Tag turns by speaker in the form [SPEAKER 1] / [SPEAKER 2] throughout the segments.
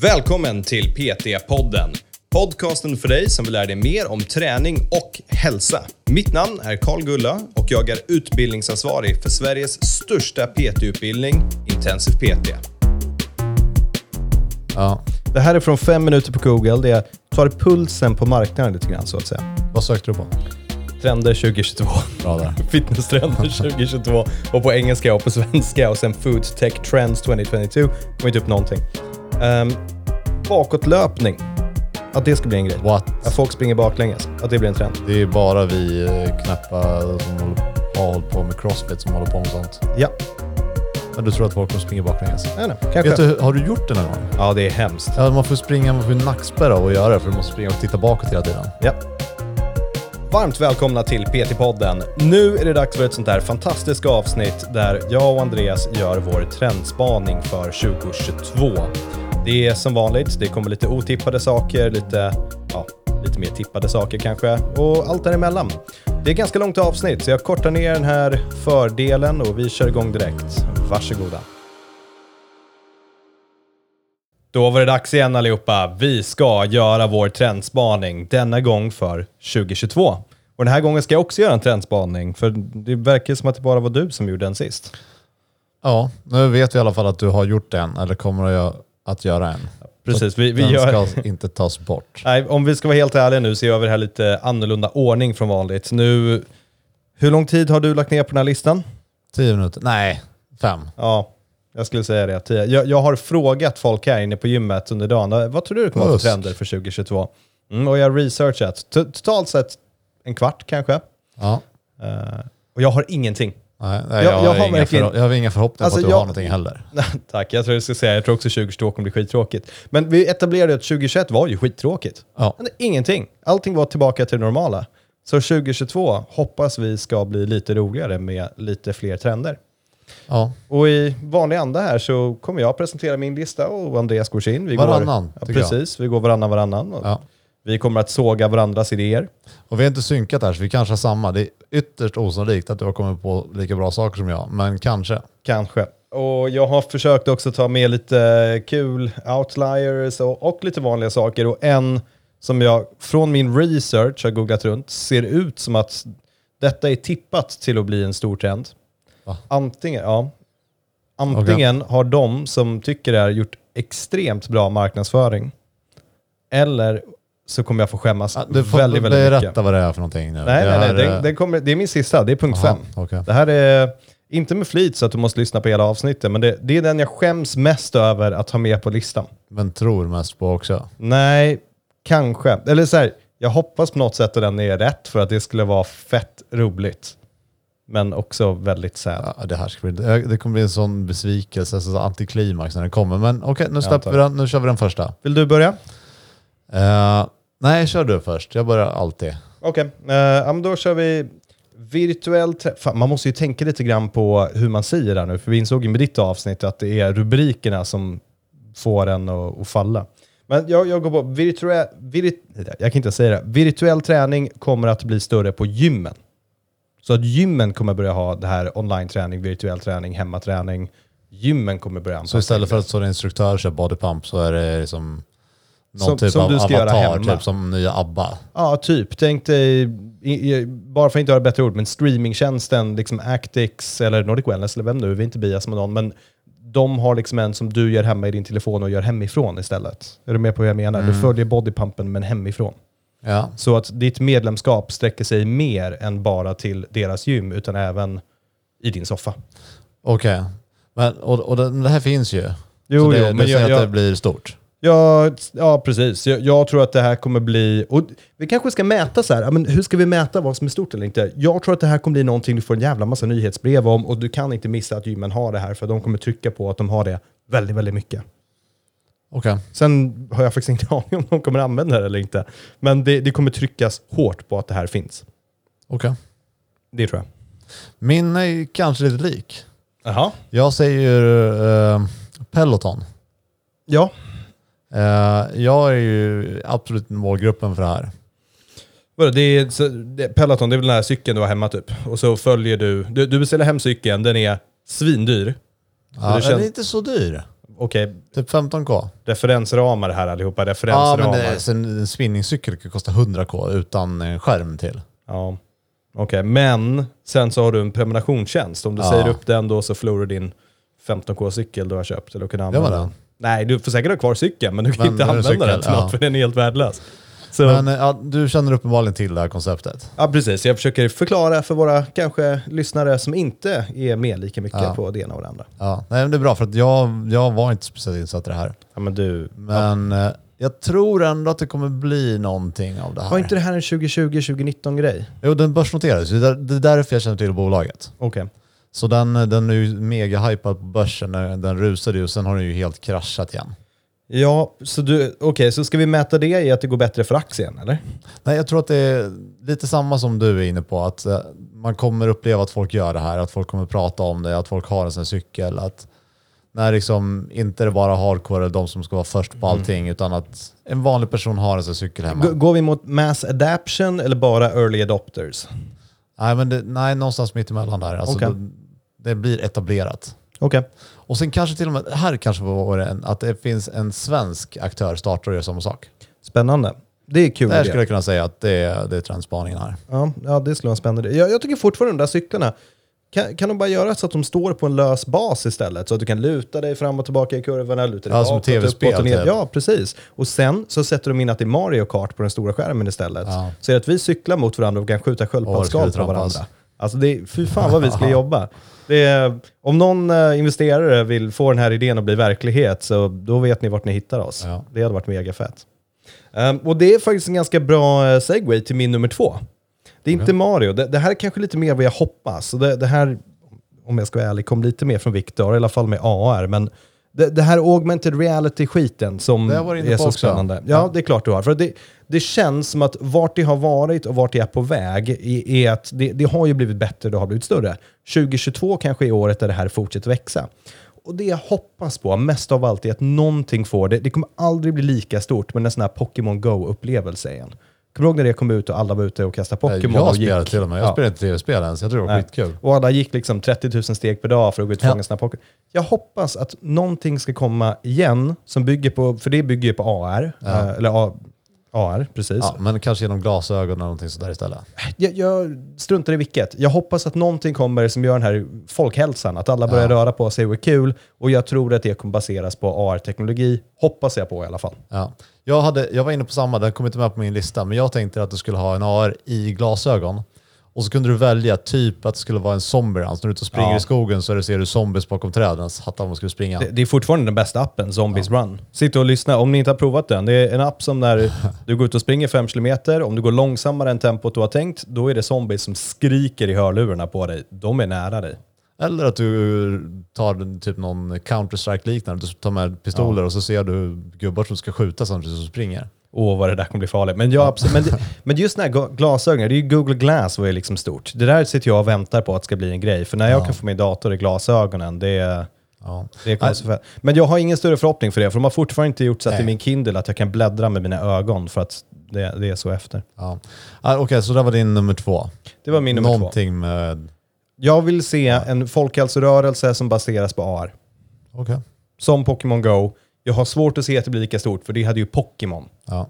[SPEAKER 1] Välkommen till PT-podden. Podcasten för dig som vill lära dig mer om träning och hälsa. Mitt namn är Karl Gulla och jag är utbildningsansvarig för Sveriges största PT-utbildning, Intensiv PT.
[SPEAKER 2] Ja.
[SPEAKER 1] Det här är från 5 minuter på Google. Det tar pulsen på marknaden lite grann så att säga.
[SPEAKER 2] Vad sökte du på?
[SPEAKER 1] Trender 2022.
[SPEAKER 2] Bra där.
[SPEAKER 1] Fitnesstrender 2022 och på engelska och på svenska och sen Food Tech Trends 2022. Kommer inte upp någonting. Um, bakåtlöpning. Att det ska bli en grej.
[SPEAKER 2] What?
[SPEAKER 1] Att folk springer baklänges. Att det blir en trend.
[SPEAKER 2] Det är bara vi eh, knäppa som håller- har hållit på med crossfit som håller på med sånt.
[SPEAKER 1] Ja,
[SPEAKER 2] Men du tror att folk kommer springa baklänges?
[SPEAKER 1] jag vet inte.
[SPEAKER 2] Vet
[SPEAKER 1] Kanske.
[SPEAKER 2] du, har du gjort det någon gång?
[SPEAKER 1] Ja, det är hemskt.
[SPEAKER 2] Ja, man får springa, man får ju nackspärr av att göra det för du måste springa och titta bakåt hela tiden.
[SPEAKER 1] Ja. Varmt välkomna till PT-podden. Nu är det dags för ett sånt där fantastiskt avsnitt där jag och Andreas gör vår trendspaning för 2022. Det är som vanligt, det kommer lite otippade saker, lite, ja, lite mer tippade saker kanske och allt däremellan. Det är ett ganska långt avsnitt så jag kortar ner den här fördelen och vi kör igång direkt. Varsågoda. Då var det dags igen allihopa. Vi ska göra vår trendspaning denna gång för 2022. Och den här gången ska jag också göra en trendspaning, för det verkar som att det bara var du som gjorde den sist.
[SPEAKER 2] Ja, nu vet vi i alla fall att du har gjort en eller kommer att gö- att göra en.
[SPEAKER 1] Precis, vi, vi
[SPEAKER 2] Den
[SPEAKER 1] gör...
[SPEAKER 2] ska inte tas bort.
[SPEAKER 1] Nej, om vi ska vara helt ärliga nu så gör vi det här lite annorlunda ordning från vanligt. Nu, hur lång tid har du lagt ner på den här listan?
[SPEAKER 2] Tio minuter? Nej, fem.
[SPEAKER 1] Ja, jag skulle säga det. tio. Jag, jag har frågat folk här inne på gymmet under dagen, vad tror du kommer vara för
[SPEAKER 2] Fusk.
[SPEAKER 1] trender för 2022? Mm, och jag har researchat. T- totalt sett en kvart kanske.
[SPEAKER 2] Ja.
[SPEAKER 1] Eh, och jag har ingenting.
[SPEAKER 2] Nej, nej,
[SPEAKER 1] Jag-
[SPEAKER 2] jag,
[SPEAKER 1] jag har
[SPEAKER 2] har inga
[SPEAKER 1] verkligen-
[SPEAKER 2] förho- jag har inga förhoppningar
[SPEAKER 1] Alltså,
[SPEAKER 2] på att du
[SPEAKER 1] jag-
[SPEAKER 2] har någonting heller.
[SPEAKER 1] Tack, jag tror jag ska säga, jag tror också 2022 kommer bli skittråkigt. Men vi etablerade att 2021 var ju skittråkigt.
[SPEAKER 2] Ja.
[SPEAKER 1] Men ingenting. Allting var tillbaka till det normala. Så 2022 hoppas vi ska bli lite roligare med lite fler trender.
[SPEAKER 2] Ja.
[SPEAKER 1] Och i vanlig anda här så kommer jag presentera min lista och Andreas går sin. Vi
[SPEAKER 2] Varannan,
[SPEAKER 1] Går, ja,
[SPEAKER 2] tycker jag.
[SPEAKER 1] precis, vi går varannan varannan. Och
[SPEAKER 2] Ja.
[SPEAKER 1] Vi kommer att såga varandras idéer.
[SPEAKER 2] Och vi har inte synkat här så vi kanske har samma. Det är ytterst osannolikt att du har kommit på lika bra saker som jag, men kanske.
[SPEAKER 1] Kanske. Och jag har försökt också ta med lite kul outliers och, och lite vanliga saker. Och en som jag från min research har googlat runt ser ut som att detta är tippat till att bli en stor trend.
[SPEAKER 2] Va?
[SPEAKER 1] Antingen, ja. Antingen har de som tycker det här gjort extremt bra marknadsföring eller så kommer jag få skämmas
[SPEAKER 2] Ja, Du får
[SPEAKER 1] väldigt, väldigt
[SPEAKER 2] berätta
[SPEAKER 1] mycket.
[SPEAKER 2] vad det är för någonting nu.
[SPEAKER 1] Nej,
[SPEAKER 2] det
[SPEAKER 1] nej, nej.
[SPEAKER 2] är,
[SPEAKER 1] Den, den kommer, det är min sista. Det är punkt
[SPEAKER 2] Aha,
[SPEAKER 1] fem.
[SPEAKER 2] okej.
[SPEAKER 1] Det här är inte med flit så att du måste lyssna på hela avsnittet, men det, det är den jag skäms mest över att ha med på listan.
[SPEAKER 2] Men tror mest på också.
[SPEAKER 1] Nej, kanske. Eller så här, jag hoppas på något sätt att den är rätt för att det skulle vara fett roligt. Men också väldigt sad.
[SPEAKER 2] Ja, det, här ska bli, det kommer bli en sån besvikelse, alltså så antiklimax när den kommer. Men okej, nu släpper
[SPEAKER 1] antar
[SPEAKER 2] vi den. Nu kör vi den första.
[SPEAKER 1] Vill du börja?
[SPEAKER 2] Eh, nej, kör du först. Jag börjar alltid.
[SPEAKER 1] Okej, okay. då kör vi virtuell trä- Fan, Man måste ju tänka lite grann på hur man säger det här nu, för vi insåg ju med ditt avsnitt att det är rubrikerna som får en att, att falla. Men jag, jag går på virtuell... Virit, jag kan inte säga det. Virtuell träning kommer att bli större på gymmen. Så att gymmen kommer börja ha det här online-träning, virtuell träning, hemmaträning. Gymmen kommer börja
[SPEAKER 2] Så
[SPEAKER 1] anpassa
[SPEAKER 2] istället för att stå en instruktör och köra bodypump så är det liksom någon
[SPEAKER 1] Som-
[SPEAKER 2] typ
[SPEAKER 1] som
[SPEAKER 2] av
[SPEAKER 1] du ska göra
[SPEAKER 2] avatar,
[SPEAKER 1] hemma.
[SPEAKER 2] typ som nya ABBA.
[SPEAKER 1] Ja, typ. Tänk dig, i, i, bara för att inte ha ett bättre ord, men streamingtjänsten, liksom Actix eller Nordic Wellness, eller vem nu, vi är inte bias med någon, men de har liksom en som du gör hemma i din telefon och gör hemifrån istället. Är du med på hur jag menar? Du följer bodypumpen men hemifrån.
[SPEAKER 2] Ja.
[SPEAKER 1] Så att ditt medlemskap sträcker sig mer än bara till deras gym, utan även i din soffa.
[SPEAKER 2] Okej, Men och, och det, det här finns ju.
[SPEAKER 1] Jo,
[SPEAKER 2] så det,
[SPEAKER 1] jo,
[SPEAKER 2] du
[SPEAKER 1] men
[SPEAKER 2] säger
[SPEAKER 1] jag-
[SPEAKER 2] att det
[SPEAKER 1] jag-
[SPEAKER 2] blir stort.
[SPEAKER 1] Ja, ja precis. Jag, jag tror att det här kommer bli... Och vi kanske ska mäta så här, ja, men hur ska vi mäta vad som är stort eller inte? Jag tror att det här kommer bli någonting du får en jävla massa nyhetsbrev om och du kan inte missa att gymmen har det här för de kommer trycka på att de har det väldigt, väldigt mycket.
[SPEAKER 2] Okej.
[SPEAKER 1] Sen har jag faktiskt ingen aning om de kommer använda det eller inte. Men det, det kommer tryckas hårt på att det här finns.
[SPEAKER 2] okej.
[SPEAKER 1] Det tror jag.
[SPEAKER 2] Min är kanske lite lik.
[SPEAKER 1] Jaha.
[SPEAKER 2] Jag säger eh, Peloton.
[SPEAKER 1] Ja.
[SPEAKER 2] Eh, jag är ju absolut målgruppen för det här.
[SPEAKER 1] Vadå, det är, så, det, Peloton, det är väl den här cykeln du har hemma typ. Och så följer du... Du, du beställer hem cykeln, den är svindyr.
[SPEAKER 2] Ja,
[SPEAKER 1] det känns-
[SPEAKER 2] Den är inte så dyr.
[SPEAKER 1] okej,
[SPEAKER 2] Typ 15k.
[SPEAKER 1] referensramar här allihopa.
[SPEAKER 2] Ja,
[SPEAKER 1] Referensramar.
[SPEAKER 2] men det, är- sen, en spinningcykel kan kosta 100k utan en skärm till.
[SPEAKER 1] Ja. Okej, men sen så har du en prenumerationstjänst. Om du
[SPEAKER 2] Ja.
[SPEAKER 1] säger upp den då så förlorar du din 15k-cykel du har köpt. Eller kan använda
[SPEAKER 2] Gör man det?
[SPEAKER 1] den. Nej, du får säkert ha kvar cykeln, men du kan
[SPEAKER 2] Men
[SPEAKER 1] inte
[SPEAKER 2] är det
[SPEAKER 1] använda
[SPEAKER 2] cykel?
[SPEAKER 1] den till
[SPEAKER 2] Ja.
[SPEAKER 1] något för den är helt värdelös. Så,
[SPEAKER 2] Men eh, ja, du känner uppenbarligen till det här konceptet.
[SPEAKER 1] ja, precis. Jag försöker förklara för våra kanske lyssnare som inte är med lika mycket
[SPEAKER 2] Ja.
[SPEAKER 1] på det ena och det andra.
[SPEAKER 2] Ja, nej, men det är bra för att jag, jag var inte speciellt insatt i det här.
[SPEAKER 1] Ja, men du,
[SPEAKER 2] Men eh, jag tror ändå att det kommer bli någonting av det här.
[SPEAKER 1] var inte det här en 2020-2019-grej?
[SPEAKER 2] Jo, den börsnoterades. ju. Det är det är därför jag känner till bolaget.
[SPEAKER 1] Okej.
[SPEAKER 2] Så den, den är ju mega hypad på börsen. Den den rusade ju och sen har den ju helt kraschat igen.
[SPEAKER 1] Ja, så, du, okej, så ska vi mäta det i att det går bättre för aktien, eller?
[SPEAKER 2] Nej, jag tror att det är lite samma som du är inne på. Att eh, man kommer uppleva att folk gör det här, att folk kommer prata om det, att folk har en sån här cykel. Att när liksom inte det bara hardcore de som ska vara först på allting, utan att en vanlig person har en sån här cykel hemma.
[SPEAKER 1] G- går vi mot mass adaption eller bara early adopters?
[SPEAKER 2] nej, men det, nej, någonstans mitt emellan där. Alltså,
[SPEAKER 1] Okej.
[SPEAKER 2] det, det blir etablerat.
[SPEAKER 1] Okej.
[SPEAKER 2] Och sen kanske till och med, här kanske var det en, att det finns en svensk aktör startar och gör samma sak.
[SPEAKER 1] Spännande. Det är kul.
[SPEAKER 2] Där
[SPEAKER 1] idé.
[SPEAKER 2] skulle jag kunna säga att det är, det är trendspaningen här.
[SPEAKER 1] Ja, ja, det skulle vara en spännande idé. jag, jag tycker fortfarande de där cyklarna, kan, kan de bara göra så att de står på en lös bas istället? Så att du kan luta dig fram och tillbaka i kurvorna, luta dig
[SPEAKER 2] Ja, som
[SPEAKER 1] bakåt,
[SPEAKER 2] TV-spel
[SPEAKER 1] uppåt och ner.
[SPEAKER 2] typ.
[SPEAKER 1] Ja, precis. Och sen så sätter de in att det är Mario Kart på den stora skärmen istället.
[SPEAKER 2] Ja.
[SPEAKER 1] Så är det att vi cyklar mot varandra och kan skjuta
[SPEAKER 2] Åh,
[SPEAKER 1] sköldpaddsskal
[SPEAKER 2] det skulle
[SPEAKER 1] på
[SPEAKER 2] trampas.
[SPEAKER 1] varandra. Alltså det, är- fy fan vad vi skulle jobba. Det är, om någon eh, investerare vill få den här idén att bli verklighet så då vet ni vart ni hittar oss.
[SPEAKER 2] Ja.
[SPEAKER 1] Det hade varit mega fett. Ehm, och det är faktiskt en ganska bra eh, segway till min nummer två. Det är inte Mario. Det, det här är kanske lite mer vad jag hoppas. Och Det, det här, om jag ska vara ärlig, kom lite mer från Victor, i alla fall med AR. Men det, det här augmented reality-skiten som
[SPEAKER 2] Det har jag varit inne
[SPEAKER 1] är
[SPEAKER 2] på
[SPEAKER 1] så
[SPEAKER 2] också.
[SPEAKER 1] spännande. Ja, det är klart du har. För det, det känns som att vart det har varit och vart det är på väg i- är att det, det har ju blivit bättre, det har blivit större. 2022 kanske är året där det här fortsätter växa. Och det jag hoppas på mest av allt är att någonting får det. Det kommer aldrig bli lika stort med en sån här Pokémon Go-upplevelse igen. Kommer du ihåg när det kom ut och alla var ute och kastade Pokémon? och
[SPEAKER 2] jag
[SPEAKER 1] gick?
[SPEAKER 2] spelar till och med. Jag
[SPEAKER 1] Ja.
[SPEAKER 2] spelar inte tv-spel ens. Jag tror det var
[SPEAKER 1] Nej.
[SPEAKER 2] skitkul.
[SPEAKER 1] Äh, Och alla gick liksom 30 000 steg per dag för att gå ut och
[SPEAKER 2] Ja.
[SPEAKER 1] fånga sina pocket. Jag hoppas att någonting ska komma igen som bygger på, för det bygger ju på AR. eh, Eller A, AR, precis.
[SPEAKER 2] Ja, men kanske genom glasögon eller någonting sådär istället.
[SPEAKER 1] Jag, jag struntar i vilket. Jag hoppas att någonting kommer som gör den här folkhälsan, att alla börjar röra på sig och är kul. Och jag tror att det kommer baseras på AR-teknologi, hoppas jag på i alla fall.
[SPEAKER 2] Ja. Jag, hade, jag var inne på samma, den kom inte med på min lista, men jag tänkte att du skulle ha en AR i glasögon. Och så kunde du välja typ att det skulle vara en zombierans. När du är ute och springer
[SPEAKER 1] Ja.
[SPEAKER 2] i skogen så är det- ser du zombies bakom träden. Så hattar man skulle springa.
[SPEAKER 1] Det, det är fortfarande den bästa appen, Zombies Run. Sitt och lyssna, om ni inte har provat den. Det är en app som när du går ut och springer 5 kilometer, om du går långsammare än tempot du har tänkt, då är det zombies som skriker i hörlurarna på dig. De är nära dig.
[SPEAKER 2] Eller att du tar typ någon Counter-Strike-liknande. Du tar med pistoler och så ser du gubbar som ska skjuta samtidigt som du springer.
[SPEAKER 1] Åh, vad det där kommer bli farligt. Men, jag, absolut, men, det- men just den här gla- glasögonen, det är ju Google Glass var ju liksom stort. Det där sitter jag och väntar på att ska bli en grej. För när jag kan få min dator i glasögonen, det är...
[SPEAKER 2] Ja.
[SPEAKER 1] Det kommer så fett. Men jag har ingen större förhoppning för det, för de har fortfarande inte gjort så att i
[SPEAKER 2] Nej.
[SPEAKER 1] min Kindle att jag kan bläddra med mina ögon för att det, det är så efter.
[SPEAKER 2] Ja. Ah, Okej, så det var din nummer två.
[SPEAKER 1] Det var min nummer två.
[SPEAKER 2] någonting med...
[SPEAKER 1] Jag vill se en folkhälsorörelse som baseras på AR.
[SPEAKER 2] Okej.
[SPEAKER 1] Som Pokémon Go. Jag har svårt att se att det blir lika stort, för det hade ju Pokémon.
[SPEAKER 2] Ja.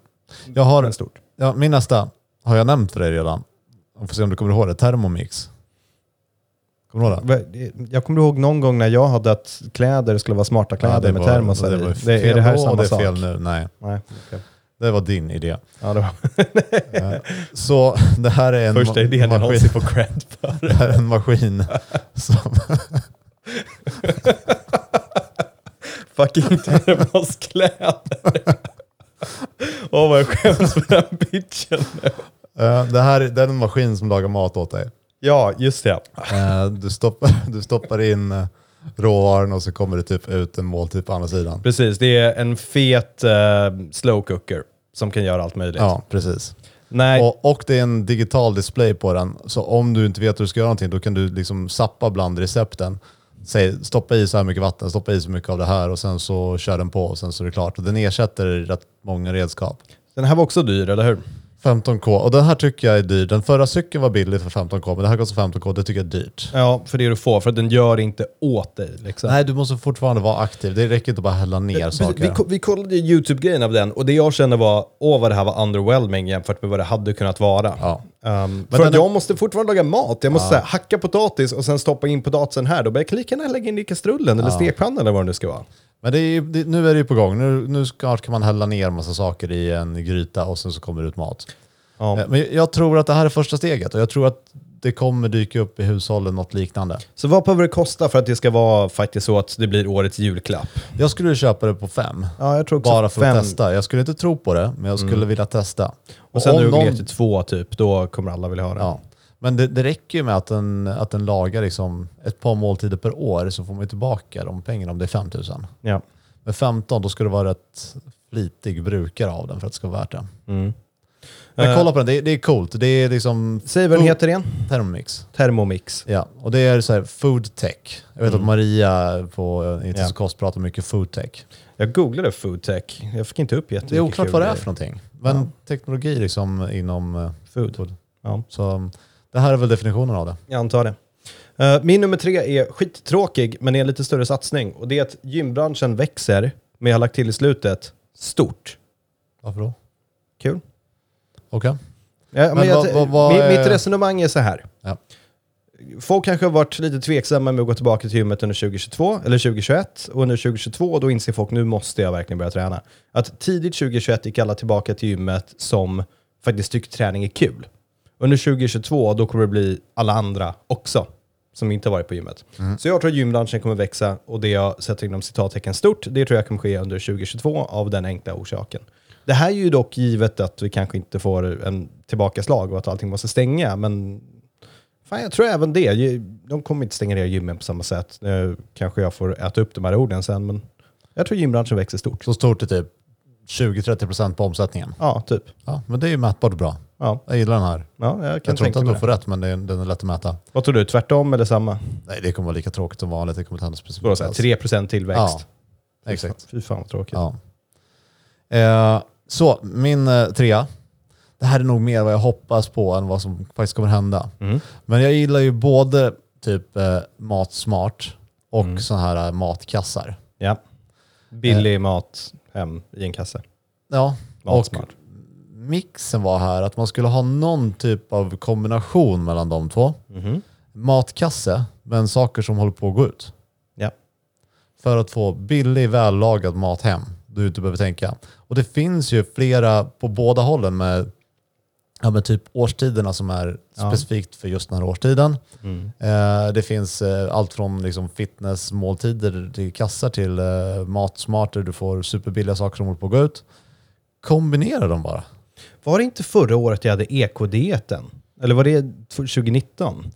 [SPEAKER 2] Jag har
[SPEAKER 1] Men stort.
[SPEAKER 2] Ja, min nästa har jag nämnt för dig redan. Vi får se om du kommer ihåg det. Thermomix. Kommer du ihåg det?
[SPEAKER 1] Va- det- Jag kommer ihåg någon gång när jag hade att kläder skulle vara smarta
[SPEAKER 2] Ja,
[SPEAKER 1] kläder
[SPEAKER 2] det
[SPEAKER 1] med
[SPEAKER 2] var-
[SPEAKER 1] termosar
[SPEAKER 2] var
[SPEAKER 1] i.
[SPEAKER 2] fel
[SPEAKER 1] Det, är det här
[SPEAKER 2] då och
[SPEAKER 1] samma
[SPEAKER 2] det är
[SPEAKER 1] sak?
[SPEAKER 2] fel nu. Nej,
[SPEAKER 1] Nej, okej.
[SPEAKER 2] det var din idé.
[SPEAKER 1] ja, det var
[SPEAKER 2] Så det här är en,
[SPEAKER 1] första
[SPEAKER 2] ma-
[SPEAKER 1] idén jag
[SPEAKER 2] maskin,
[SPEAKER 1] någonsin får cred för.
[SPEAKER 2] det här är en maskin som...
[SPEAKER 1] Fucking termos kläder. Åh vad jag skäms för den bitchen.
[SPEAKER 2] eh, det här är- det är en maskin som lagar mat åt dig.
[SPEAKER 1] Ja, just det.
[SPEAKER 2] Eh, du, stoppar, du stoppar in eh, råvaran och så kommer det typ ut en måltid på andra sidan.
[SPEAKER 1] Precis, det är en fet uh, slow cooker som kan göra allt möjligt.
[SPEAKER 2] Ja, precis.
[SPEAKER 1] Nej,
[SPEAKER 2] Och, och det är en digital display på den. Så om du inte vet hur du ska göra någonting, då kan du liksom sappa bland recepten. Säg, stoppa i så här mycket vatten, stoppa i så mycket av det här och sen så kör den på och sen så är det klart. Och den ersätter rätt många redskap.
[SPEAKER 1] den här var också dyr, eller hur?
[SPEAKER 2] 15K. Och den här tycker jag är dyr. Den förra cykeln var billig för 15K, men det här kostar 15K. Det tycker jag är dyrt.
[SPEAKER 1] Ja, för det du får. För att den gör inte åt dig. Liksom.
[SPEAKER 2] Nej, du måste fortfarande vara aktiv. Det räcker inte att bara hälla ner
[SPEAKER 1] Precis, vi,
[SPEAKER 2] saker.
[SPEAKER 1] ko- vi kollade ju YouTube-grejen av den och det jag kände var, åh vad det här var underwhelming jämfört med vad det hade kunnat vara.
[SPEAKER 2] Ja.
[SPEAKER 1] Ehm, för att
[SPEAKER 2] den är-
[SPEAKER 1] jag måste fortfarande laga mat, jag måste så här, hacka potatis och sen stoppa in potatisen här. Då börjar jag lika gärna lägga in det i kastrullen eller stekpannan eller vad det nu ska vara.
[SPEAKER 2] Men det är, ju- det, nu är det ju på gång. Nu, nu snart kan man hälla ner massa saker i en gryta och sen så kommer det ut mat.
[SPEAKER 1] Ja.
[SPEAKER 2] Eh, Men jag tror att det här är första steget och jag tror att det kommer dyka upp i hushållen något liknande.
[SPEAKER 1] Så vad behöver det kosta för att det ska vara faktiskt så att det blir årets julklapp?
[SPEAKER 2] Jag skulle köpa det på fem.
[SPEAKER 1] Ja, jag tror också
[SPEAKER 2] Bara för
[SPEAKER 1] fem. Mm.
[SPEAKER 2] att testa. Jag skulle inte tro på det, men jag skulle vilja testa.
[SPEAKER 1] Och sen
[SPEAKER 2] om
[SPEAKER 1] när du går ner
[SPEAKER 2] någon-
[SPEAKER 1] till två typ, då kommer alla vilja ha det.
[SPEAKER 2] Ja. Men det, det räcker ju med att den, att den lagar liksom ett par måltider per år så får man ju tillbaka de pengarna om det är 5 000.
[SPEAKER 1] Ja.
[SPEAKER 2] Med 15 då ska du vara rätt flitig brukare av den för att det ska vara värt det. Men kolla på den, det, är- det är coolt. Det är liksom
[SPEAKER 1] Säg vad den
[SPEAKER 2] food-
[SPEAKER 1] heter igen.
[SPEAKER 2] Thermomix.
[SPEAKER 1] Thermomix.
[SPEAKER 2] Ja, och det är så här food tech. Jag vet att Maria på Inte
[SPEAKER 1] Ja.
[SPEAKER 2] så kost pratar mycket food tech.
[SPEAKER 1] Jag googlade food tech. Jag fick inte upp jättemycket
[SPEAKER 2] Det är oklart
[SPEAKER 1] kul
[SPEAKER 2] vad det är
[SPEAKER 1] grejer.
[SPEAKER 2] för någonting. Men teknologi liksom inom eh,
[SPEAKER 1] Food. Ja.
[SPEAKER 2] Så um, det här är väl definitionen av det.
[SPEAKER 1] Jag antar det. Eh, Min nummer tre är skittråkig, men är en lite större satsning. Och det är att gymbranschen växer, men jag har lagt till i slutet, stort.
[SPEAKER 2] Varför då?
[SPEAKER 1] Kul.
[SPEAKER 2] Okej.
[SPEAKER 1] Ja, men
[SPEAKER 2] Men
[SPEAKER 1] jag,
[SPEAKER 2] vad- vad- vad
[SPEAKER 1] mi-
[SPEAKER 2] är-
[SPEAKER 1] Mitt resonemang är så här.
[SPEAKER 2] Ja.
[SPEAKER 1] Folk kanske har varit lite tveksamma med att gå tillbaka till gymmet under 2022 eller 2021. Och under 2022 då inser folk nu måste jag verkligen börja träna. Att tidigt 2021 gick alla tillbaka till gymmet som faktiskt tycker träning är kul. Under 2022 då kommer det bli alla andra också som inte har varit på gymmet. Så jag tror att gymbranschen kommer växa och det jag sätter inom citattecken stort, det tror jag kommer ske under 2022 av den enkla orsaken. Det här är ju dock givet att vi kanske inte får en tillbakaslag och att allting måste stänga, men Fan, jag tror även det. Ju- De kommer inte stänga ner gymmen på samma sätt. Nu kanske jag får äta upp de här orden sen, men jag tror gymbranschen växer stort.
[SPEAKER 2] Så stort är typ 20-30% på omsättningen.
[SPEAKER 1] Ja, typ.
[SPEAKER 2] Ja, men det är ju mätbart bra.
[SPEAKER 1] Ja,
[SPEAKER 2] Jag gillar den här.
[SPEAKER 1] ja jag kan
[SPEAKER 2] Jag tror inte
[SPEAKER 1] tänka mig
[SPEAKER 2] att du
[SPEAKER 1] det.
[SPEAKER 2] får rätt, men det är, den är lätt att mäta.
[SPEAKER 1] Vad tror du? Tvärtom eller samma?
[SPEAKER 2] Nej, det kommer vara lika tråkigt som vanligt. Det kommer inte hända speciellt alltså.
[SPEAKER 1] Vadå, så här, 3% tillväxt?
[SPEAKER 2] Ja, exakt.
[SPEAKER 1] Fy fan vad tråkigt.
[SPEAKER 2] Ja. Eh, så, min eh, trea. Det här är nog mer vad jag hoppas på än vad som faktiskt kommer hända.
[SPEAKER 1] Mm.
[SPEAKER 2] Men jag gillar ju både typ eh, matsmart och mm. sådana här eh, matkassar.
[SPEAKER 1] Ja. Billig mat hem i en kasse.
[SPEAKER 2] Ja, Eh. och
[SPEAKER 1] Matsmart.
[SPEAKER 2] mixen var här att man skulle ha någon typ av kombination mellan de två.
[SPEAKER 1] Mhm.
[SPEAKER 2] Matkasse, men saker som håller på att gå ut.
[SPEAKER 1] Ja.
[SPEAKER 2] För att få billig, vällagad mat hem. Du inte behöver tänka. Och det finns ju flera på båda hållen med, ja, med typ årstiderna som är
[SPEAKER 1] Ja.
[SPEAKER 2] specifikt för just den här årstiden.
[SPEAKER 1] Mm.
[SPEAKER 2] Eh, det finns eh, allt från liksom fitnessmåltider till kassar till eh, matsmarter. Du får superbilliga saker som håller på att gå ut. Kombinera dem bara.
[SPEAKER 1] Var det inte förra året jag hade ekodieten? Eller var det 2019?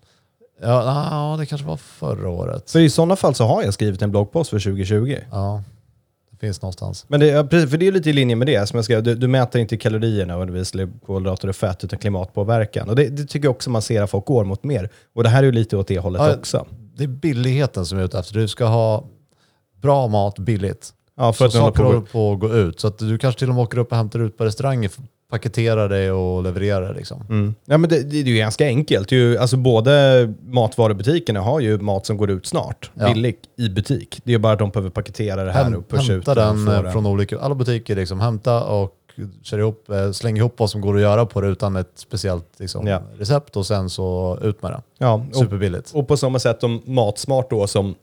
[SPEAKER 2] Ja, na, det kanske var förra året.
[SPEAKER 1] För i sådana fall så har jag skrivit en bloggpost för 2020.
[SPEAKER 2] Ja, det finns någonstans.
[SPEAKER 1] Men det, ja, precis, för det är lite i linje med det som jag skrev, du, du mäter inte kalorierna och eller kolhydrater och fett utan klimatpåverkan. Och det, det tycker jag också man ser att folk går mot mer. Och det här är ju lite åt det hållet
[SPEAKER 2] Ja.
[SPEAKER 1] också.
[SPEAKER 2] Det är billigheten som är ute efter. Du ska ha bra mat billigt.
[SPEAKER 1] Ja, för
[SPEAKER 2] Så
[SPEAKER 1] att nu håller
[SPEAKER 2] saker
[SPEAKER 1] på
[SPEAKER 2] håller
[SPEAKER 1] att-
[SPEAKER 2] på att gå ut. Så att du kanske till och med åker upp och hämtar ut på restauranger, paketerar det och levererar det. Liksom.
[SPEAKER 1] Mm. Ja, men det, det, det är ju ganska enkelt. Det är Ju, alltså, både matvarubutikerna har ju mat som går ut snart,
[SPEAKER 2] Ja.
[SPEAKER 1] billigt, i butik. Det är ju bara att de behöver paketera det här
[SPEAKER 2] Häm,
[SPEAKER 1] och pusha ut
[SPEAKER 2] hämta
[SPEAKER 1] och
[SPEAKER 2] den
[SPEAKER 1] få
[SPEAKER 2] eh, från olika, alla butiker, liksom, hämta och kör ihop, eh, släng ihop vad som går att göra på det utan ett speciellt liksom,
[SPEAKER 1] Ja.
[SPEAKER 2] recept och sen så ut med det.
[SPEAKER 1] Ja, och
[SPEAKER 2] Superbilligt.
[SPEAKER 1] Och på samma sätt om Matsmart då som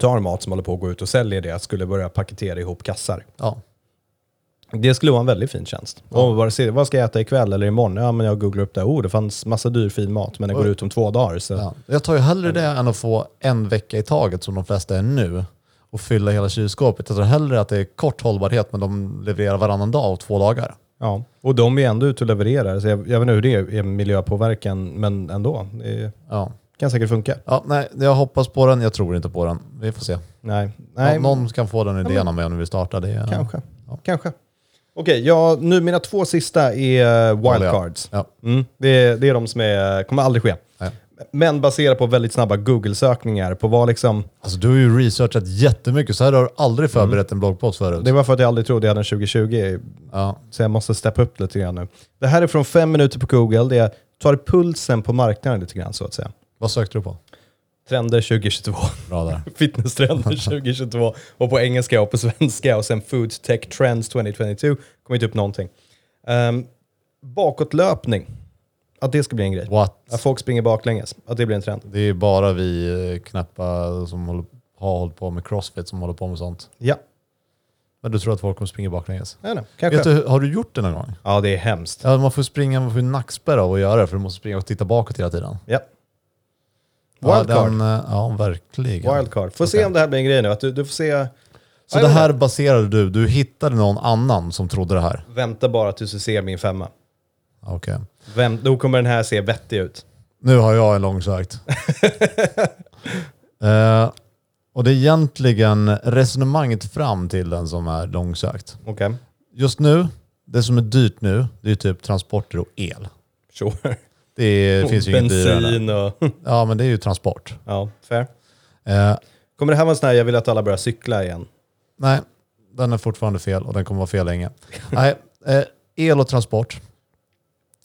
[SPEAKER 1] tar mat som håller på att gå ut och säljer det skulle börja paketera ihop kassar.
[SPEAKER 2] Ja.
[SPEAKER 1] Det skulle vara en väldigt fin tjänst. Och bara se, vad ska jag äta ikväll eller imorgon? Ja, men jag googlar upp det. Oh, det fanns massa dyr fin mat, men den går ut om två dagar. Så.
[SPEAKER 2] Ja. Jag tar ju hellre det än att få en vecka i taget som de flesta är nu och fylla hela kylskåpet. Jag tar hellre att det är kort hållbarhet men de levererar varannan dag och två dagar.
[SPEAKER 1] Ja. Och de är ändå ute och levererar. Så jag, jag vet inte hur det är med miljöpåverkan, men ändå. Det
[SPEAKER 2] Ja.
[SPEAKER 1] kan säkert funka.
[SPEAKER 2] Ja, nej, jag hoppas på den, jag tror inte på den. Vi får se.
[SPEAKER 1] Nej, Nej
[SPEAKER 2] Nå- någon kan få den idén
[SPEAKER 1] men-
[SPEAKER 2] av mig om vi startar. Det är,
[SPEAKER 1] kanske. kanske. Okej, ja, nu mina två sista är eh,
[SPEAKER 2] Dåliga.
[SPEAKER 1] wildcards.
[SPEAKER 2] Ja.
[SPEAKER 1] Mm, det, är, det är de som är, kommer aldrig ske.
[SPEAKER 2] Nej.
[SPEAKER 1] Men baserat på väldigt snabba Google-sökningar på vad liksom...
[SPEAKER 2] Alltså du har ju researchat jättemycket, så här har du aldrig förberett en bloggpost förut.
[SPEAKER 1] Mm. Det var för att jag aldrig trodde jag hade en 2020,
[SPEAKER 2] Ja.
[SPEAKER 1] så jag måste steppa upp lite grann nu. Det här är från fem minuter på Google, det är, tar pulsen på marknaden lite grann så att säga.
[SPEAKER 2] Vad sökte du på?
[SPEAKER 1] Trender 2022,
[SPEAKER 2] Bra där.
[SPEAKER 1] fitnesstrender 2022 och på engelska och på svenska och sen food tech trends 2022, kommer inte upp någonting. Ehm, bakåtlöpning, att det ska bli en grej. Att
[SPEAKER 2] What?
[SPEAKER 1] folk springer baklänges, att det blir en trend.
[SPEAKER 2] Det är bara vi eh, knäppa som håller, har hållit på med crossfit som håller på med sånt.
[SPEAKER 1] Ja,
[SPEAKER 2] Men du tror att folk kommer springa baklänges?
[SPEAKER 1] jag vet inte,
[SPEAKER 2] Vet
[SPEAKER 1] kanske.
[SPEAKER 2] du, har du gjort det någon gång?
[SPEAKER 1] Ja, det är hemskt.
[SPEAKER 2] Ja, man får springa, man får ju nackspärr av att göra det för du måste springa och titta bakåt hela tiden.
[SPEAKER 1] Ja.
[SPEAKER 2] Ja,
[SPEAKER 1] Wildcard.
[SPEAKER 2] den, eh, ja, verkligen.
[SPEAKER 1] Wildcard. Får se
[SPEAKER 2] Okej.
[SPEAKER 1] om det här blir en grej nu. Att du, du får se,
[SPEAKER 2] Så
[SPEAKER 1] Ja,
[SPEAKER 2] det
[SPEAKER 1] jag
[SPEAKER 2] här baserade du, du hittade någon annan som trodde det här?
[SPEAKER 1] vänta bara tills du ser min femma.
[SPEAKER 2] Okej.
[SPEAKER 1] Vänt, då kommer den här se vettig ut.
[SPEAKER 2] Nu har jag en långsökt. eh, och det är egentligen resonemanget fram till den som är långsökt.
[SPEAKER 1] Okej,
[SPEAKER 2] Just nu, det som är dyrt nu, det är typ transporter och el.
[SPEAKER 1] sure.
[SPEAKER 2] Det är, finns ju inget dyrare. än det.
[SPEAKER 1] Bensin och...
[SPEAKER 2] Ja, men det är ju transport.
[SPEAKER 1] Ja, fair.
[SPEAKER 2] Eh,
[SPEAKER 1] Kommer det här vara en sån här, jag vill att alla börjar cykla igen?
[SPEAKER 2] nej, den är fortfarande fel och den kommer vara fel länge. nej, eh, el och transport.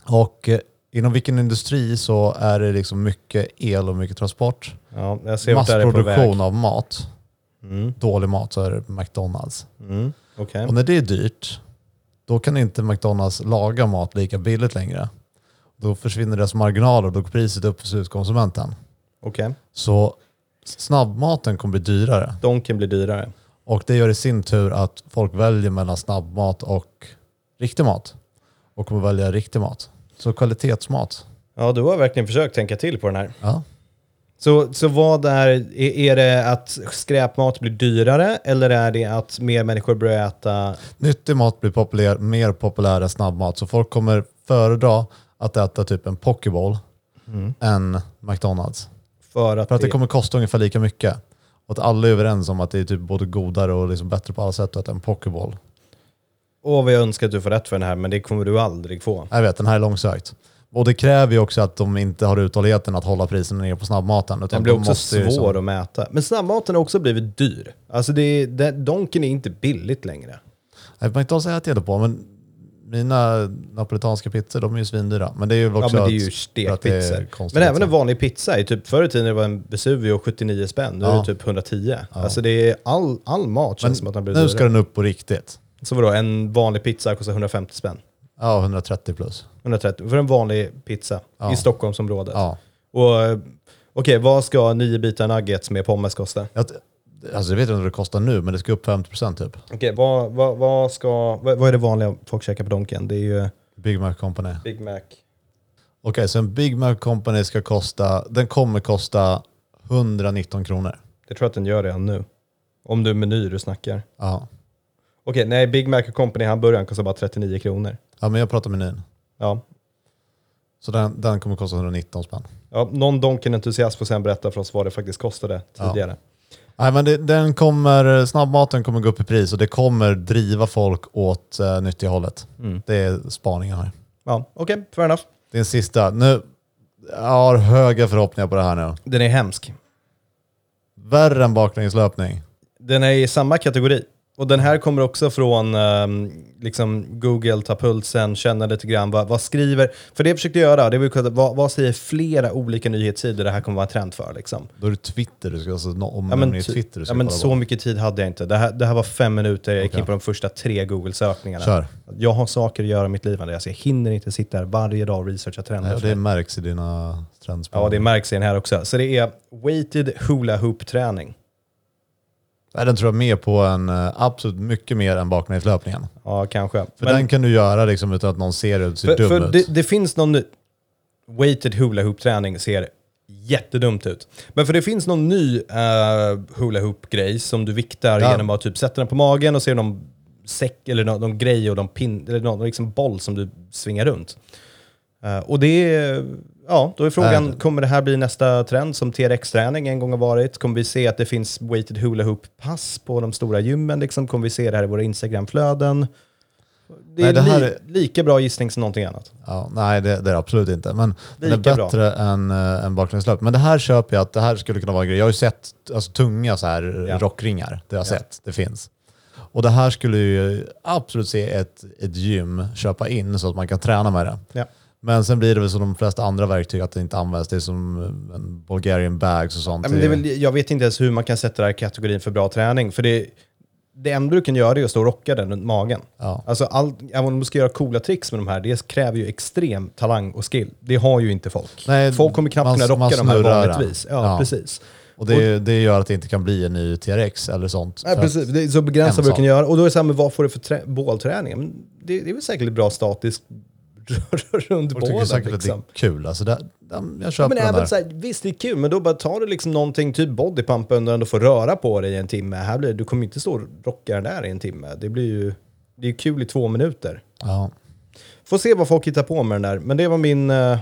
[SPEAKER 2] Och eh, inom vilken industri så är det liksom mycket el och mycket transport.
[SPEAKER 1] Ja, jag ser vart det här är på väg.
[SPEAKER 2] Massproduktion av mat.
[SPEAKER 1] Mm,
[SPEAKER 2] Dålig mat så är det på McDonalds.
[SPEAKER 1] mm, Okej.
[SPEAKER 2] Och när det är dyrt, då kan inte McDonalds laga mat lika billigt längre. Då försvinner deras marginaler och då går priset upp för slutkonsumenten.
[SPEAKER 1] Okej.
[SPEAKER 2] Så snabbmaten kommer bli dyrare.
[SPEAKER 1] Donken blir dyrare.
[SPEAKER 2] Och det gör i sin tur att folk väljer mellan snabbmat och riktig mat. Och kommer välja riktig mat. Så kvalitetsmat.
[SPEAKER 1] Ja, du har verkligen försökt tänka till på den här.
[SPEAKER 2] Ja.
[SPEAKER 1] Så, så vad är, är, är det att skräpmat blir dyrare eller är det att mer människor börjar äta
[SPEAKER 2] Nyttig mat blir populär, mer populär än snabbmat. Så folk kommer föredra att äta typ en pokeball
[SPEAKER 1] Mm.
[SPEAKER 2] än McDonalds.
[SPEAKER 1] för att,
[SPEAKER 2] För att det kommer kosta ungefär lika mycket. Och att alla är överens om att det är typ både godare och liksom bättre på alla sätt att äta en pokeball.
[SPEAKER 1] Åh, vad jag önskar att du får rätt för den här, men det kommer du aldrig få.
[SPEAKER 2] Jag vet, den här är långsökt. Och det kräver ju också att de inte har uthålligheten att hålla priserna nere på snabbmaten. Utan
[SPEAKER 1] Den blir
[SPEAKER 2] de
[SPEAKER 1] också
[SPEAKER 2] måste ju
[SPEAKER 1] svår
[SPEAKER 2] liksom-
[SPEAKER 1] att mäta. Men snabbmaten har också blivit dyr. Alltså det, är- det, donken är inte billigt längre.
[SPEAKER 2] Nej, McDonalds har jag ätit på, men mina napolitanska pizzor de är ju svindyra. Men det är ju
[SPEAKER 1] Ja,
[SPEAKER 2] också
[SPEAKER 1] men det är
[SPEAKER 2] att-
[SPEAKER 1] ju
[SPEAKER 2] för att det är
[SPEAKER 1] stekpizzor.
[SPEAKER 2] konstigt
[SPEAKER 1] Men även en
[SPEAKER 2] liksom.
[SPEAKER 1] vanlig pizza, är typ, förr i tiden var en Vesuvio 79 spänn, nu är
[SPEAKER 2] Ja.
[SPEAKER 1] det typ 110. Alltså det är all, all mat känns som att den blir
[SPEAKER 2] Nu
[SPEAKER 1] dyrare.
[SPEAKER 2] ska den upp på riktigt.
[SPEAKER 1] Så vadå, en vanlig pizza kostar 150 spänn?
[SPEAKER 2] Ja, 130 plus.
[SPEAKER 1] 130, för en vanlig pizza i Stockholmsområdet.
[SPEAKER 2] Ja.
[SPEAKER 1] Och eh, okej, vad ska nio bitar nuggets med pommes kosta?
[SPEAKER 2] Jag, alltså jag vet inte vad det kostar nu, men det ska upp 50% typ.
[SPEAKER 1] Okej, vad, vad, vad, ska, vad, vad är det vanliga folk käkar på Donken? Det är ju
[SPEAKER 2] Big Mac Company. Okej,
[SPEAKER 1] Big Mac.
[SPEAKER 2] så en Big Mac Company ska kosta, den kommer kosta 119 kronor.
[SPEAKER 1] Det tror jag att den gör redan nu. Om du är meny du snackar.
[SPEAKER 2] Ja.
[SPEAKER 1] Okej, nej, Big Mac Company hamburgaren kostar bara 39 kronor.
[SPEAKER 2] ja, men jag pratar menyn.
[SPEAKER 1] Ja.
[SPEAKER 2] Så den, den kommer kosta 119 spänn.
[SPEAKER 1] ja, någon Donken-entusiast får sen berätta för oss vad det faktiskt kostade tidigare.
[SPEAKER 2] Nej, men det, den kommer, snabbmaten kommer gå upp i pris och det kommer driva folk åt uh, nyttiga hållet.
[SPEAKER 1] Mm.
[SPEAKER 2] Det är spaningen här.
[SPEAKER 1] Ja, okej, fair enough.
[SPEAKER 2] Det är en sista. Nu, jag har höga förhoppningar på det här nu.
[SPEAKER 1] Den är hemsk.
[SPEAKER 2] Värre än baklängeslöpning.
[SPEAKER 1] Den är i samma kategori. Och den här kommer också från ehm, liksom Google, ta pulsen, känna lite grann vad, vad skriver. För det jag försökte göra, det var ju kolla, vad, vad säger flera olika nyhetssidor det här kommer vara en trend för. Liksom.
[SPEAKER 2] Då är det Twitter du ska, alltså no-
[SPEAKER 1] Ja,
[SPEAKER 2] omnämningen
[SPEAKER 1] men,
[SPEAKER 2] i
[SPEAKER 1] ty-
[SPEAKER 2] Twitter du ska
[SPEAKER 1] ja, men
[SPEAKER 2] kolla
[SPEAKER 1] så
[SPEAKER 2] på.
[SPEAKER 1] mycket tid hade jag inte. Det här, det här var fem minuter, jag gick
[SPEAKER 2] Okej.
[SPEAKER 1] in på de första tre Google-sökningarna.
[SPEAKER 2] Kör.
[SPEAKER 1] Jag har saker att göra i mitt liv Andreas, jag hinner inte sitta här varje dag och researcha trender.
[SPEAKER 2] Ja, det märks i dina trendspår.
[SPEAKER 1] ja, det märks i den här också. Så det är weighted hula hoop-träning.
[SPEAKER 2] Nej, den tror jag mer på en, eh, absolut mycket mer än baklängeslöpningen.
[SPEAKER 1] Ja, kanske.
[SPEAKER 2] För den kan du göra liksom, utan att någon ser ut, ser
[SPEAKER 1] För,
[SPEAKER 2] dum
[SPEAKER 1] för
[SPEAKER 2] ut.
[SPEAKER 1] det, det finns någon... ny- Weighted hula hoop-träning ser jättedumt ut. Men för det finns någon ny eh, hula hoop-grej som du viktar
[SPEAKER 2] Ja.
[SPEAKER 1] genom att typ sätta den på magen och ser någon säck eller någon, någon grej och någon, pin, eller någon liksom boll som du svingar runt. Eh, och det är... Ja, då är frågan,
[SPEAKER 2] Nej.
[SPEAKER 1] kommer det här bli nästa trend som TRX-träning en gång har varit? Kommer vi se att det finns weighted hula hoop-pass på de stora gymmen? Liksom? Kommer vi se det här i våra Instagram-flöden? Det är,
[SPEAKER 2] Nej, det här
[SPEAKER 1] li, lika bra gissning som någonting annat.
[SPEAKER 2] Ja, nej, det, det är det absolut inte. Men den är
[SPEAKER 1] Lika bra.
[SPEAKER 2] bättre än, äh, än baklängeslöp. Men det här köper jag att det här skulle kunna vara en grej. Jag har ju sett alltså, tunga så här
[SPEAKER 1] Ja.
[SPEAKER 2] rockringar. Det har jag sett. Det finns. Och det här skulle ju absolut se ett, ett gym köpa in så att man kan träna med det.
[SPEAKER 1] Ja.
[SPEAKER 2] Men sen blir det väl som de flesta andra verktyg att det inte används. Det är som eh, en Bulgarian bags och sånt.
[SPEAKER 1] Nej, Men det är väl, jag vet inte ens hur man kan sätta den här kategorin för bra träning. För det, det enda du kan göra är att stå och rocka den runt magen.
[SPEAKER 2] Ja.
[SPEAKER 1] Alltså allt, även om du ska göra coola tricks med de här, det kräver ju extrem talang och skill. Det har ju inte folk.
[SPEAKER 2] Nej,
[SPEAKER 1] folk kommer knappt
[SPEAKER 2] man-
[SPEAKER 1] kunna
[SPEAKER 2] man
[SPEAKER 1] rocka de här
[SPEAKER 2] snurrar den.
[SPEAKER 1] vanligtvis. Ja,
[SPEAKER 2] Ja.
[SPEAKER 1] precis.
[SPEAKER 2] Och det, det gör att det inte kan bli en ny TRX eller sånt.
[SPEAKER 1] Nej,
[SPEAKER 2] För
[SPEAKER 1] precis. Det är så begränsat vad du
[SPEAKER 2] ensam.
[SPEAKER 1] kan göra. Och då är det så här, men vad får du för trä- bålträning? Men Det, det är väl säkert bra statisk runt
[SPEAKER 2] Folk tycker
[SPEAKER 1] bålen.
[SPEAKER 2] säkert
[SPEAKER 1] Liksom.
[SPEAKER 2] att det är kul. Alltså det, jag köper
[SPEAKER 1] Men
[SPEAKER 2] den där.
[SPEAKER 1] även så här, visst det är kul, men då bara tar du liksom någonting, typ bodypump, och ändå får röra på dig i en timme. Här blir, du kommer inte stå och rocka den där i en timme. Det blir ju det är ju kul i två minuter.
[SPEAKER 2] Ja.
[SPEAKER 1] Får se vad folk hittar på med den där. Men det var min eh,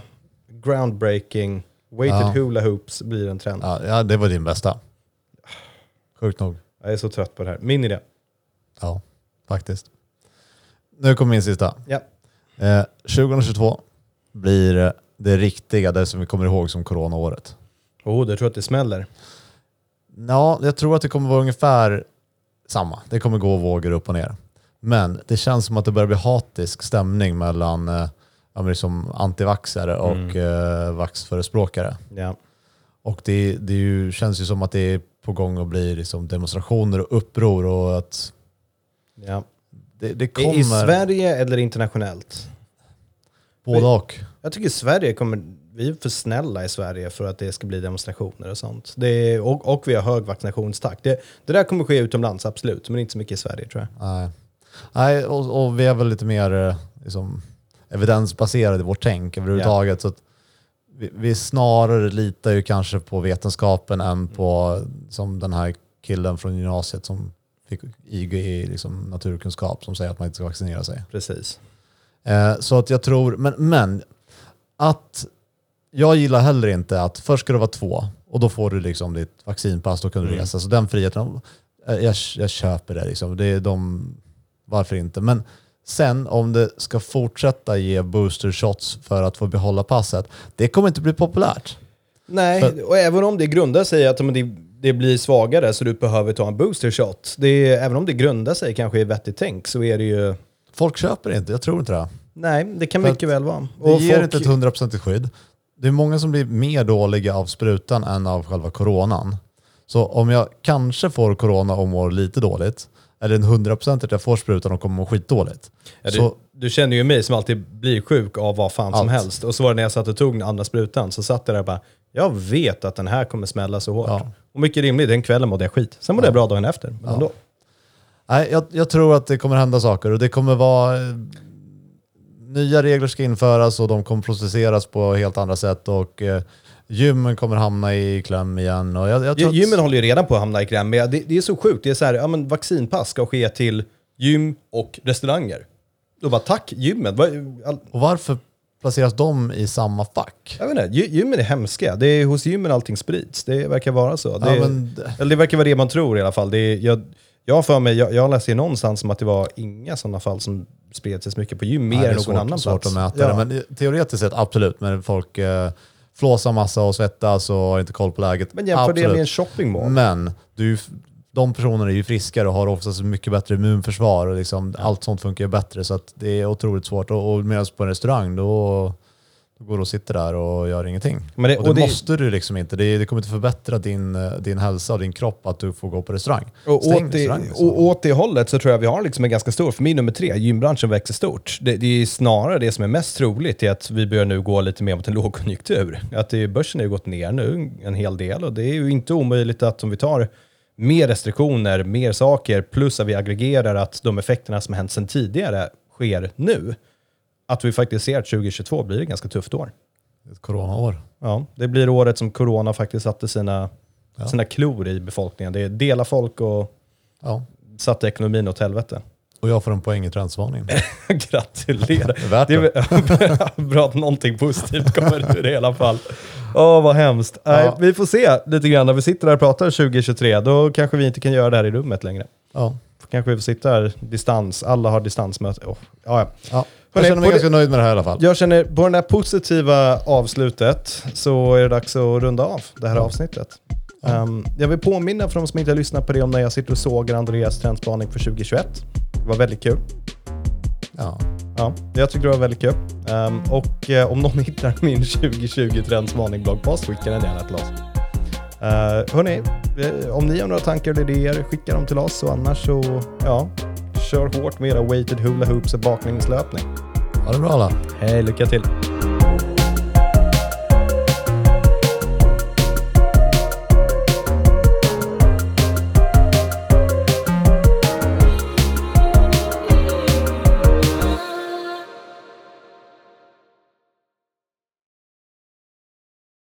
[SPEAKER 1] groundbreaking, weighted hula hoops blir en trend.
[SPEAKER 2] Ja, ja, det var din bästa. Sjukt nog.
[SPEAKER 1] Jag är så trött på det här. Min idé.
[SPEAKER 2] Ja, faktiskt. Nu kommer min sista.
[SPEAKER 1] Ja.
[SPEAKER 2] Eh, 2022 blir det riktiga, det som vi kommer ihåg som coronaåret.
[SPEAKER 1] Oh, jag tror att det smäller.
[SPEAKER 2] Ja, jag tror att det kommer vara ungefär samma. Det kommer gå vågor upp och ner. Men det känns som att det börjar bli hatisk stämning mellan eh, ja, men liksom antivaxare och eh, vaxförespråkare.
[SPEAKER 1] Ja.
[SPEAKER 2] Och det, det är ju, känns ju som att det är på gång att bli liksom demonstrationer och uppror och att
[SPEAKER 1] Ja.
[SPEAKER 2] det, det
[SPEAKER 1] I- I
[SPEAKER 2] kommer
[SPEAKER 1] Sverige eller internationellt?
[SPEAKER 2] både och.
[SPEAKER 1] Jag tycker Sverige kommer... Vi är för snälla i Sverige för att det ska bli demonstrationer och sånt. Det är, och, och vi har hög vaccinationstakt. Det, det där kommer ske utomlands, absolut, men inte så mycket i Sverige tror jag.
[SPEAKER 2] Nej, Nej och, och vi är väl lite mer eh, liksom, evidensbaserade i vårt tänk överhuvudtaget. Så att vi, vi snarare litar ju kanske på vetenskapen än på som den här killen från gymnasiet som fick IG i liksom, naturkunskap som säger att man inte ska vaccinera sig.
[SPEAKER 1] Precis.
[SPEAKER 2] Eh, så att jag tror, men, men att jag gillar heller inte att först ska du vara två och då får du liksom ditt vaccinpass, då kan du resa. Så den friheten, eh, jag, jag köper det liksom. Det är de, varför inte? Men sen om det ska fortsätta ge booster shots för att få behålla passet, det kommer inte bli populärt.
[SPEAKER 1] Nej,
[SPEAKER 2] För-
[SPEAKER 1] och även om det grundar sig i att men det, det blir svagare så du behöver ta en booster shot. Det är, även om det grundar sig kanske i vettigt tänk så är det ju...
[SPEAKER 2] Folk köper det inte, jag tror inte det.
[SPEAKER 1] Nej, det kan
[SPEAKER 2] För
[SPEAKER 1] mycket väl vara.
[SPEAKER 2] Det
[SPEAKER 1] Och
[SPEAKER 2] ger
[SPEAKER 1] folk-
[SPEAKER 2] inte ett hundraprocentigt skydd. Det är många som blir mer dåliga av sprutan än av själva coronan. Så om jag kanske får corona och mår lite dåligt, eller en hundraprocentigt jag får sprutan och kommer må skitdåligt.
[SPEAKER 1] Ja, du,
[SPEAKER 2] så,
[SPEAKER 1] du känner ju mig som alltid blir sjuk av vad fan som
[SPEAKER 2] Allt.
[SPEAKER 1] helst. Och så var det när jag satt och tog den andra sprutan, så satt jag där och bara, jag vet att den här kommer smälla så hårt.
[SPEAKER 2] Ja.
[SPEAKER 1] Och mycket rimligt, den kvällen mådde jag skit. Sen mådde jag bra dagen efter, men ändå.
[SPEAKER 2] nej, jag, jag tror att det kommer hända saker och det kommer vara... eh, Nya regler ska införas och de kommer processeras på helt andra sätt och eh, gymmen kommer hamna i kläm igen. Och jag, jag tror att-
[SPEAKER 1] Gymmen håller ju redan på att hamna i kräm, men det, det är så sjukt. Det är så här, ja, men vaccinpass ska ske till gym och restauranger. Då bara, tack gymmen. Vad- all-
[SPEAKER 2] och varför placeras de i samma fack?
[SPEAKER 1] Jag vet inte, gy- gymmen är hemska. Det är hos gymmen allting sprids. Det verkar vara så. Det,
[SPEAKER 2] Ja, men-
[SPEAKER 1] Eller det verkar vara det man tror i alla fall. Det är, jag, jag har för mig, jag, jag läste ju någonstans om att det var inga sådana fall som spred sig så mycket på gym, mer än
[SPEAKER 2] Nej, det är
[SPEAKER 1] någon
[SPEAKER 2] svårt,
[SPEAKER 1] annan
[SPEAKER 2] svårt
[SPEAKER 1] plats.
[SPEAKER 2] att
[SPEAKER 1] ja.
[SPEAKER 2] mäta det, men i- teoretiskt sett absolut. Men folk eh, flåsar massa och svettas och har inte koll på läget.
[SPEAKER 1] men jämför det med en
[SPEAKER 2] absolut.
[SPEAKER 1] shoppingmall.
[SPEAKER 2] Men du, är ju f- de personerna är ju friskare och har oftast mycket bättre immunförsvar. Och liksom, Allt sånt funkar ju bättre, så att det är otroligt svårt. Och, och medan på en restaurang, då, då går du och sitter där och gör ingenting.
[SPEAKER 1] Men det-
[SPEAKER 2] och det,
[SPEAKER 1] och det-
[SPEAKER 2] måste du liksom inte. Det, det kommer inte förbättra din, eh, din hälsa och din kropp att du får gå på restaurang.
[SPEAKER 1] Och
[SPEAKER 2] Stäng
[SPEAKER 1] åt, det,
[SPEAKER 2] restaurangen, liksom.
[SPEAKER 1] och åt det hållet så tror jag vi har liksom en ganska stor, för min nummer tre, gymbranschen växer stort. Det, det är snarare det som är mest troligt är att vi börjar nu gå lite mer mot en lågkonjunktur. Att det, börsen har ju gått ner nu en hel del och det är ju inte omöjligt att om vi tar mer restriktioner, mer saker, plus att vi aggregerar att de effekterna som hänt sedan tidigare sker nu, att vi faktiskt ser att 2022 blir ett ganska tufft år.
[SPEAKER 2] Ett coronaår.
[SPEAKER 1] Ja, det blir året som corona faktiskt satte sina, sina klor i befolkningen. Det är dela folk och
[SPEAKER 2] Ja.
[SPEAKER 1] satte ekonomin åt helvete.
[SPEAKER 2] Och jag får en poäng i trendsvarningen.
[SPEAKER 1] Gratulerar!
[SPEAKER 2] Värt
[SPEAKER 1] Det är bra att någonting positivt kommer ur det i alla fall. Åh, vad hemskt. Nej,
[SPEAKER 2] Ja.
[SPEAKER 1] vi får se lite grann när vi sitter där och pratar 2023. Då kanske vi inte kan göra det här i rummet längre.
[SPEAKER 2] Ja,
[SPEAKER 1] kanske vi får sitta här distans. Alla har distansmöte. Oh, ja, ja.
[SPEAKER 2] Ja. Jag
[SPEAKER 1] Hörrni,
[SPEAKER 2] känner mig
[SPEAKER 1] på det-
[SPEAKER 2] ganska nöjd med det här i alla fall.
[SPEAKER 1] Jag känner, på det här positiva avslutet så är det dags att runda av det här avsnittet. Ehm, jag vill påminna för de som inte har lyssnat på det om när jag sitter och sågar Andreas trendspaning för 2021. Det var väldigt kul.
[SPEAKER 2] Ja.
[SPEAKER 1] Ja, jag tycker det var väldigt kul. Ehm, och eh, om någon hittar min 2020 trendspaning bloggpost, skicka den gärna till oss. Uh, hörni, eh, om ni har några tankar eller idéer, skicka dem till oss och annars så, ja, kör hårt med era weighted hula hoops och bakningslöpning.
[SPEAKER 2] Ha det bra alla.
[SPEAKER 1] Hej, lycka till!